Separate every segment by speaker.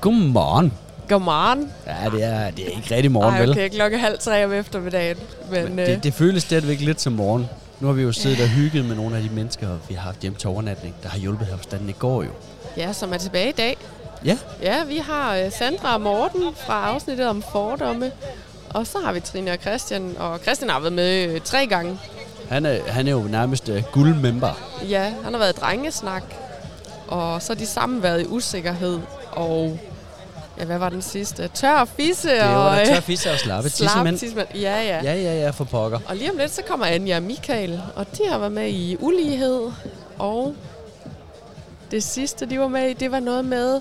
Speaker 1: Godmorgen.
Speaker 2: Godmorgen.
Speaker 1: Ja, det er, det er ikke rigtig morgen,
Speaker 2: Ej,
Speaker 1: vel?
Speaker 2: okay, klokken er halv tre om eftermiddagen. Men,
Speaker 1: Men
Speaker 2: øh,
Speaker 1: det, det føles stadigvæk lidt som morgen. Nu har vi jo siddet og hygget med nogle af de mennesker, vi har haft hjemme til overnatning, der har hjulpet her på standen i går jo.
Speaker 2: Ja, som er tilbage i dag.
Speaker 1: Ja,
Speaker 2: Ja, vi har øh, Sandra og Morten fra afsnittet om fordomme. Og så har vi Trine og Christian, og Christian har været med øh, tre gange.
Speaker 1: han er, han er jo nærmest uh, guldmember.
Speaker 2: Ja, han har været i drengesnak, og så har de sammen været i usikkerhed, og ja, hvad var den sidste? Tør fisse
Speaker 1: Det er jo
Speaker 2: og...
Speaker 1: da tør
Speaker 2: øh,
Speaker 1: fisse og slappe
Speaker 2: slap
Speaker 1: tissemænd.
Speaker 2: tissemænd. Ja, ja.
Speaker 1: Ja, ja, ja, for pokker.
Speaker 2: Og lige om lidt, så kommer Anja og Michael, og de har været med i ulighed, og det sidste, de var med i, det var noget med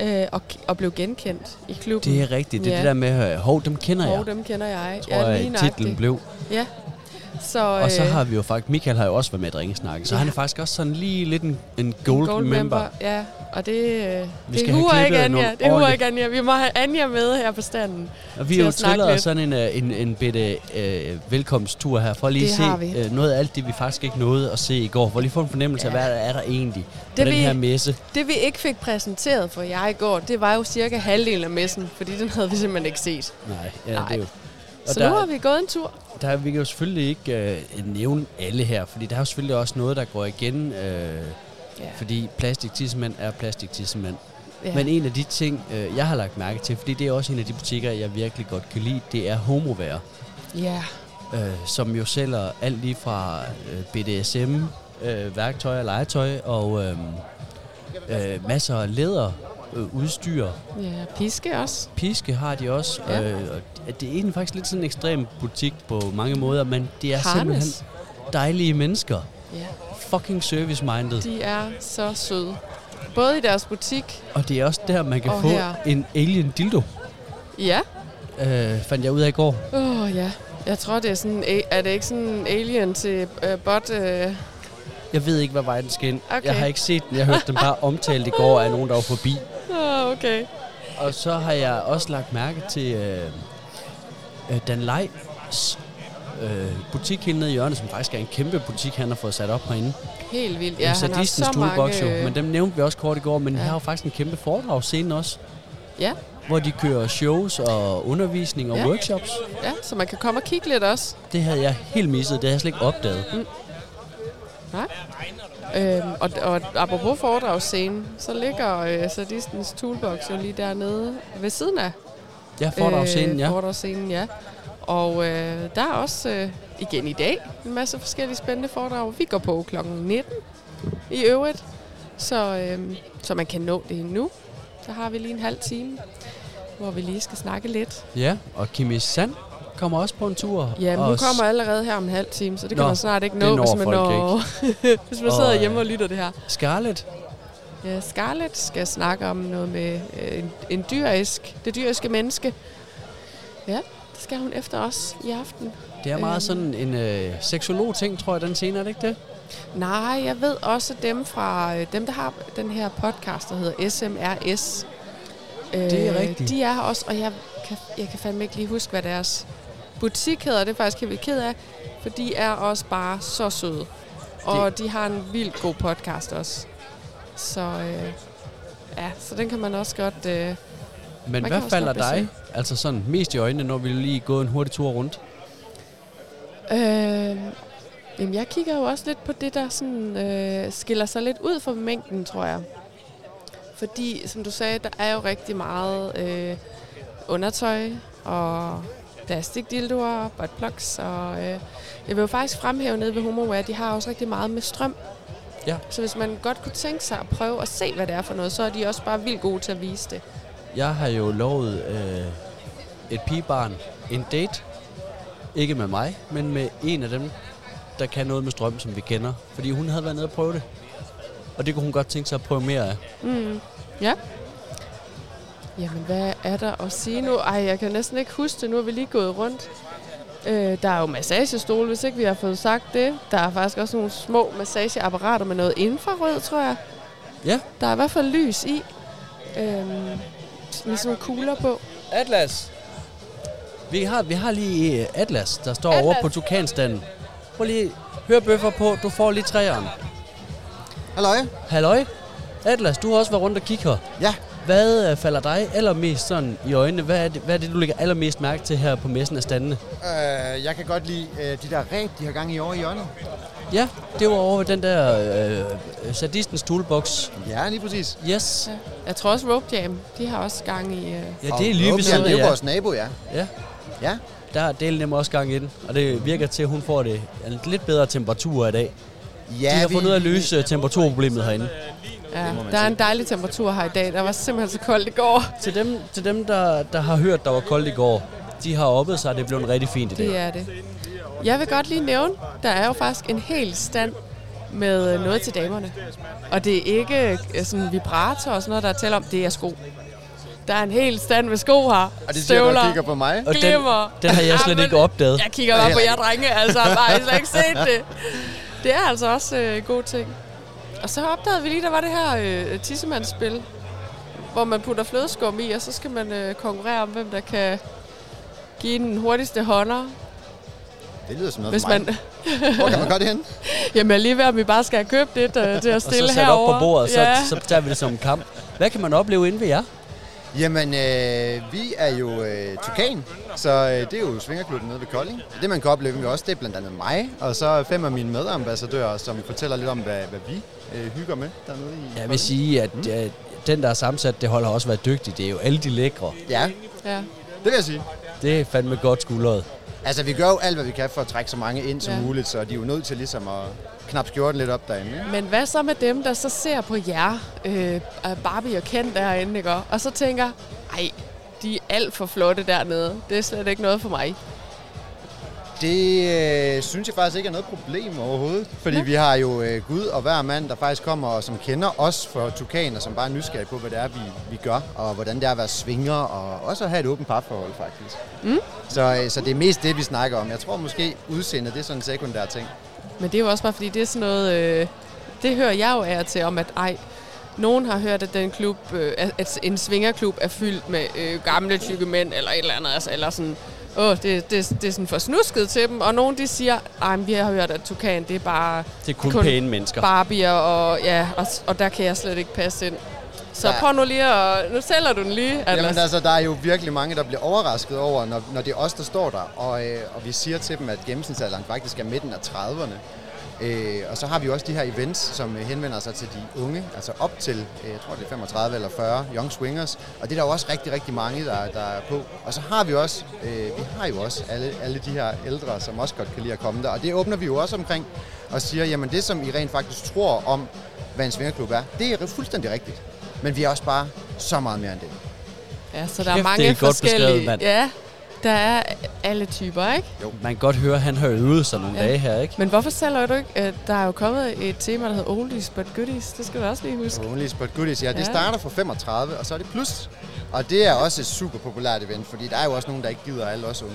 Speaker 2: øh, at, at blive genkendt i klubben.
Speaker 1: Det er rigtigt. Det er
Speaker 2: Ja.
Speaker 1: det der med, øh, hov, dem kender
Speaker 2: Hov,
Speaker 1: jeg,
Speaker 2: dem kender jeg.
Speaker 1: tror jeg,
Speaker 2: nøjagtigt.
Speaker 1: titlen blev.
Speaker 2: Ja. Så,
Speaker 1: Og så
Speaker 2: øh,
Speaker 1: har vi jo faktisk, Michael har jo også været med i dringesnakken, så
Speaker 2: Ja.
Speaker 1: han er faktisk også sådan lige lidt en, en gold, gold member.
Speaker 2: Ja, og det, øh,
Speaker 1: skal
Speaker 2: det
Speaker 1: have
Speaker 2: huer
Speaker 1: klippet
Speaker 2: ikke
Speaker 1: nogle
Speaker 2: Anja. Det huer
Speaker 1: ordentligt-
Speaker 2: ikke Anja. Vi må have Anja med her på standen.
Speaker 1: Og vi
Speaker 2: til
Speaker 1: har jo
Speaker 2: at snakke
Speaker 1: trillet os
Speaker 2: lidt.
Speaker 1: sådan en, øh, en, en bitte øh, velkomsttur her, for lige at
Speaker 2: Det
Speaker 1: se
Speaker 2: har vi.
Speaker 1: øh, noget af alt det, vi faktisk ikke nåede at se i går. For lige at få en fornemmelse ja.
Speaker 2: Ja.
Speaker 1: af, hvad er der egentlig det på
Speaker 2: Det
Speaker 1: den
Speaker 2: vi-
Speaker 1: her messe.
Speaker 2: Det vi ikke fik præsenteret for jer i går, det var jo cirka halvdelen af messen, fordi den havde vi simpelthen ikke set.
Speaker 1: Nej, ja,
Speaker 2: Nej.
Speaker 1: det er jo... Og
Speaker 2: Så
Speaker 1: der,
Speaker 2: nu har vi gået en tur.
Speaker 1: der vi kan jo selvfølgelig ikke øh, nævne alle her, fordi der er jo selvfølgelig også noget, der går igen, øh,
Speaker 2: Ja.
Speaker 1: fordi plastiktissemænd er plastiktissemænd.
Speaker 2: Ja.
Speaker 1: Ja. Men en af de ting, øh, jeg har lagt mærke til, fordi det er også en af de butikker, jeg virkelig godt kan lide, det er homoværer.
Speaker 2: ja.
Speaker 1: øh, som jo sælger alt lige fra øh, BDSM-værktøj øh, og legetøj og øh, øh, masser af læder, øh, udstyr.
Speaker 2: Ja, piske også.
Speaker 1: Piske har de også.
Speaker 2: Ja.
Speaker 1: Øh, og det- det er egentlig faktisk lidt sådan en ekstrem butik på mange måder, men det er
Speaker 2: Harness.
Speaker 1: simpelthen dejlige mennesker.
Speaker 2: Ja.
Speaker 1: Fucking service-minded.
Speaker 2: De er så søde. Både i deres butik,
Speaker 1: Og det er også der, man kan
Speaker 2: Og
Speaker 1: få
Speaker 2: her.
Speaker 1: en alien dildo,
Speaker 2: ja.
Speaker 1: øh, fandt jeg ud af i går.
Speaker 2: Åh, oh, ja. Jeg tror, det er sådan, a- er det ikke sådan en alien til uh, bot? Uh,
Speaker 1: Jeg ved ikke, hvad vej den skal ind.
Speaker 2: Okay.
Speaker 1: Jeg har ikke set den. Jeg hørte den bare omtalt i går af nogen, der var forbi.
Speaker 2: oh, okay.
Speaker 1: Og så har jeg også lagt mærke til øh, øh, Dan Leis øh, butik hernede i hjørnet, som faktisk er en kæmpe butik, han har fået sat op herinde.
Speaker 2: Helt vildt.
Speaker 1: En
Speaker 2: Ja, han har
Speaker 1: sadistens
Speaker 2: så
Speaker 1: toolbox
Speaker 2: mange...
Speaker 1: jo,
Speaker 2: øh,
Speaker 1: men dem nævnte vi også kort i går, men ja.
Speaker 2: Ja.
Speaker 1: her er jo faktisk en kæmpe foredragsscene også,
Speaker 2: Ja,
Speaker 1: hvor de kører shows og undervisning og ja.
Speaker 2: Ja.
Speaker 1: workshops.
Speaker 2: ja, så man kan komme og kigge lidt også.
Speaker 1: Det havde jeg helt misset, det havde jeg slet ikke opdaget. Mm.
Speaker 2: Nej. Øhm, og, og apropos foredragsscenen, så ligger øh, sadistens toolbox jo lige dernede ved siden af
Speaker 1: Ja,
Speaker 2: Øh,
Speaker 1: foredragsscenen, ja.
Speaker 2: Foredragsscenen, ja. Og øh, der er også øh, igen i dag en masse forskellige spændende foredrag. Vi går på kl. 19 i øvrigt, så, øh, så man kan nå det endnu. Der har vi lige en halv time, hvor vi lige skal snakke lidt.
Speaker 1: Ja, og Kimi Sand kommer også på en tur.
Speaker 2: Ja, men
Speaker 1: og
Speaker 2: hun
Speaker 1: s-
Speaker 2: kommer allerede her om en halv time, så det kan
Speaker 1: Nå,
Speaker 2: man snart ikke
Speaker 1: det
Speaker 2: nå,
Speaker 1: når
Speaker 2: hvis man,
Speaker 1: folk
Speaker 2: hvis man
Speaker 1: Og,
Speaker 2: sidder
Speaker 1: øh,
Speaker 2: hjemme og lytter det her.
Speaker 1: Scarlett,
Speaker 2: Ja, Scarlett skal snakke om noget med øh, en, en dyrisk, det dyriske menneske. Ja, det skal hun efter os i aften.
Speaker 1: det er meget
Speaker 2: Øhm.
Speaker 1: sådan en øh, seksolog-ting, tror jeg, den scene, er det ikke det?
Speaker 2: Nej, jeg ved også dem fra øh, dem der har den her podcast der hedder SMRS.
Speaker 1: Det er rigtigt.
Speaker 2: Øh, De er her også, og jeg kan, jeg kan fandme ikke lige huske hvad deres butik hedder. Det er jeg faktisk helt vildt ked af, for de er også bare så søde. Og de har en vildt god podcast også. Så øh, ja, så den kan man også godt øh,
Speaker 1: Men
Speaker 2: Man
Speaker 1: hvad
Speaker 2: kan også
Speaker 1: falder
Speaker 2: godt
Speaker 1: dig altså sådan mest i øjnene, når vi lige er gået en hurtig tur rundt?
Speaker 2: Øh, jamen, jeg kigger jo også lidt på det, der sådan, øh, skiller sig lidt ud fra mængden, tror jeg. Fordi, som du sagde, der er jo rigtig meget øh, undertøj og plastikdildoer, buttplugs, og øh, jeg vil jo faktisk fremhæve nede ved HomoWare, de har også rigtig meget med strøm.
Speaker 1: Ja.
Speaker 2: Så hvis man godt kunne tænke sig at prøve at se, hvad det er for noget, så er de også bare vildt gode til at vise det.
Speaker 1: Jeg har jo lovet øh, et pigebarn en date. Ikke med mig, men med en af dem, der kan noget med strøm, som vi kender. Fordi hun havde været nede og prøve det. Og det kunne hun godt tænke sig at prøve mere af.
Speaker 2: Mm. Ja. Jamen, hvad er der at sige nu? Ej, jeg kan næsten ikke huske det. Nu er vi lige gået rundt. Øh, der er jo massagestole, hvis ikke vi har fået sagt det. Der er faktisk også nogle små massageapparater med noget infrarød, tror jeg.
Speaker 1: Ja.
Speaker 2: Der er i hvert fald lys i. Øhm, med sådan nogle kugler på.
Speaker 1: Atlas! Vi har, vi har lige øh, Atlas, der står
Speaker 2: Atlas.
Speaker 1: over på tukanstanden. Prøv lige, hør bøffer på, du får lige træeren.
Speaker 3: Halløj.
Speaker 1: Halløj? Atlas, du har også været rundt og kigge her.
Speaker 3: Ja,
Speaker 1: Hvad øh, falder dig allermest sådan i øjnene? Hvad er, det, hvad er det, du lægger allermest mærke til her på messen af standene?
Speaker 3: Øh, jeg kan godt lide øh, de der ræb, de har gang i over i hjørnet.
Speaker 1: Ja, det var over ved den der øh, sadistens toolbox.
Speaker 3: Ja, lige præcis.
Speaker 1: Yes.
Speaker 2: Ja. Jeg tror også Rope Jam, de har også gang i... Øh,
Speaker 1: Ja, det er lige ved siden
Speaker 3: af. Det er
Speaker 1: af
Speaker 3: jo
Speaker 1: jer.
Speaker 3: vores nabo, ja.
Speaker 1: Ja,
Speaker 3: Ja,
Speaker 1: der er Dale nemlig også gang i den. Og det virker til, at hun får det en lidt bedre temperatur i dag.
Speaker 3: ja
Speaker 1: De har
Speaker 3: vi-
Speaker 1: fundet ud af at
Speaker 3: vi-
Speaker 1: løse øh, temperaturproblemet herinde.
Speaker 2: ja. Der er en dejlig temperatur her i dag. Der var simpelthen så koldt i går.
Speaker 1: Til dem, til dem der, der har hørt, der var koldt i går, de har oppet sig, og det blev en rigtig fint i dag.
Speaker 2: Det er det. Jeg vil godt lige nævne, der er jo faktisk en hel stand med øh, noget til damerne. Og det er ikke øh, sådan vibrator og sådan noget, der er tale om. Det er sko. Der er en hel stand med sko her.
Speaker 3: Og det siger, du og kigger på mig.
Speaker 1: Og den,
Speaker 2: Glimmer.
Speaker 1: den har jeg slet
Speaker 2: Jamen,
Speaker 1: ikke opdaget.
Speaker 2: Jeg kigger bare på jer drenge, altså. Bare, jeg har slet ikke set det. Det er altså også øh, gode ting. Og så opdagede vi lige, der var det her øh, tissemandsspil, hvor man putter flødeskum i, og så skal man øh, konkurrere om, hvem der kan give den hurtigste hånder.
Speaker 3: Det lyder som noget
Speaker 2: Hvis
Speaker 3: for mig.
Speaker 2: man,
Speaker 3: Hvor kan man gøre det hen?
Speaker 2: jamen jeg er lige ved, om vi bare skal have købt et øh, til at
Speaker 1: Og så
Speaker 2: stille
Speaker 1: sat
Speaker 2: herovre.
Speaker 1: op på bordet, så,
Speaker 2: ja.
Speaker 1: så tager vi det som en kamp. Hvad kan man opleve inde ved jer?
Speaker 3: Jamen, øh, vi er jo øh, Tukan, så øh, det er jo svingerklubben nede ved Kolding. Det, man kan opleve med os, det er blandt andet mig, og så fem af mine medambassadører, som fortæller lidt om, hvad, hvad vi øh, hygger med dernede i
Speaker 1: Jeg
Speaker 3: Kolding.
Speaker 1: vil sige,
Speaker 2: Mm.
Speaker 1: at øh, den, der er sammensat, det hold har også været dygtig. Det er jo alle de lækre.
Speaker 3: Ja,
Speaker 2: ja.
Speaker 3: det vil jeg sige.
Speaker 1: Det er fandme godt skuldret.
Speaker 3: Altså, vi gør jo alt, hvad vi kan for at trække så mange ind som
Speaker 2: Ja.
Speaker 3: ja. muligt, så de er jo nødt til ligesom at knap skjorten lidt op derinde. ikke?
Speaker 2: Men hvad så med dem, der så ser på jer, øh, og Barbie og Ken derinde, ikke? og så tænker, ej, de er alt for flotte dernede. Det er slet ikke noget for mig.
Speaker 3: Det øh, synes jeg faktisk ikke er noget problem overhovedet, fordi vi har jo øh, Gud og hver mand, der faktisk kommer og som kender os for Tukan, og som bare er nysgerrig på, hvad det er, vi, vi gør, og hvordan det er at være svinger, og også at have et åbent parforhold faktisk. Mm. Så, øh, så det er mest det, vi snakker om. Jeg tror måske udseendet, det er sådan en sekundær ting.
Speaker 2: Men det er jo også bare, fordi det er sådan noget, øh, det hører jeg jo af og til om, at ej, nogen har hørt, at, den klub, øh, at- at en svingerklub er fyldt med øh, gamle tykke mænd, eller et eller andet, altså, eller sådan, åh, det, det, det er sådan for snusket til dem, og nogen de siger, ej, men vi har hørt, at Tukan, det er bare
Speaker 1: Det er kun,
Speaker 2: Kun
Speaker 1: kun pæne mennesker.
Speaker 2: Barbier, og, ja, og, og der kan jeg slet ikke passe ind. Så
Speaker 3: Nej.
Speaker 2: prøv nu lige at... Nu sælger du den lige, Anders.
Speaker 3: Jamen altså, der er jo virkelig mange, der bliver overrasket over, når, når det er os, der står der, og, øh, og vi siger til dem, at gennemsnitsalderen faktisk er midten af 30'erne. Øh, og så har vi jo også de her events, som øh, henvender sig til de unge, altså op til, øh, jeg tror det er 35 eller 40, Young Swingers, og det er der jo også rigtig, rigtig mange, der, der er på. Og så har vi også, øh, vi har jo også alle, alle de her ældre, som også godt kan lide at komme der, og det åbner vi jo også omkring og siger, jamen det, som I rent faktisk tror om, hvad en svingerklub er, det er fuldstændig rigtigt. Men vi er også bare så meget mere end det.
Speaker 2: ja, så der
Speaker 1: Kæft, det
Speaker 2: er
Speaker 1: er
Speaker 2: mange
Speaker 1: godt beskrevet,
Speaker 2: forskellige...
Speaker 1: mand.
Speaker 2: ja, der er alle typer, ikke?
Speaker 1: Man kan godt høre, at han har øvet sig nogle
Speaker 2: Ja.
Speaker 1: ja. dage her, ikke?
Speaker 2: Men hvorfor sælger du ikke? Øh, Der er jo kommet et tema, der hedder Oldies but Goodies. Det skal du også lige huske.
Speaker 3: Only Spot Goodies, ja. Det
Speaker 2: Ja.
Speaker 3: starter fra 35, og så er det plus. Og det er også et super populært event, fordi der er jo også nogen, der ikke gider alle os unge.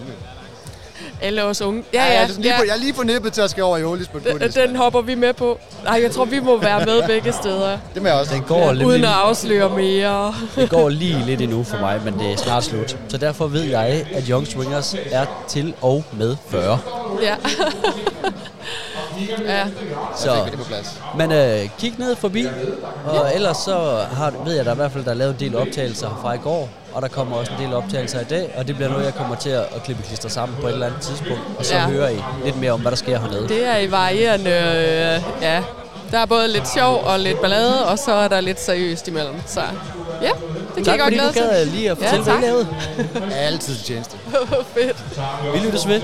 Speaker 2: Alle os unge. Ja,
Speaker 3: Ej, jeg,
Speaker 2: ja,
Speaker 3: er sådan lige
Speaker 2: ja.
Speaker 3: på, jeg er lige på nippet til at skal over i Only Spot Goodies.
Speaker 2: Den, den hopper vi med på. Nej, jeg tror, vi må være med begge steder.
Speaker 3: det må jeg også. Den
Speaker 1: Går lidt
Speaker 2: Uden at
Speaker 1: lige,
Speaker 2: afsløre mere.
Speaker 1: det går lige lidt endnu for mig, men det er snart slut. Så derfor ved jeg, at Young Swingers er til og med 40.
Speaker 2: ja. ja.
Speaker 1: Så
Speaker 3: det på plads.
Speaker 1: Men øh, kig ned forbi, og ellers så har, ved jeg, der i hvert fald der er lavet en del optagelser fra i går, og der kommer også en del optagelser i dag, og det bliver noget, jeg kommer til at at klippe klister sammen på et eller andet tidspunkt, og så
Speaker 2: Ja.
Speaker 1: ja. hører I lidt mere om, hvad der sker hernede.
Speaker 2: Det er i varierende, øh, ja. Der er både lidt sjov og lidt ballade, og så er der lidt seriøst imellem. Så ja, det kan
Speaker 1: tak
Speaker 2: jeg
Speaker 1: fordi
Speaker 2: godt glæde
Speaker 1: du gad
Speaker 2: til.
Speaker 1: lige at
Speaker 2: Ja,
Speaker 1: fortælle, hvad
Speaker 2: tak.
Speaker 1: I lavede.
Speaker 3: Altid til tjeneste.
Speaker 2: Fedt.
Speaker 1: Vi lyttes ved.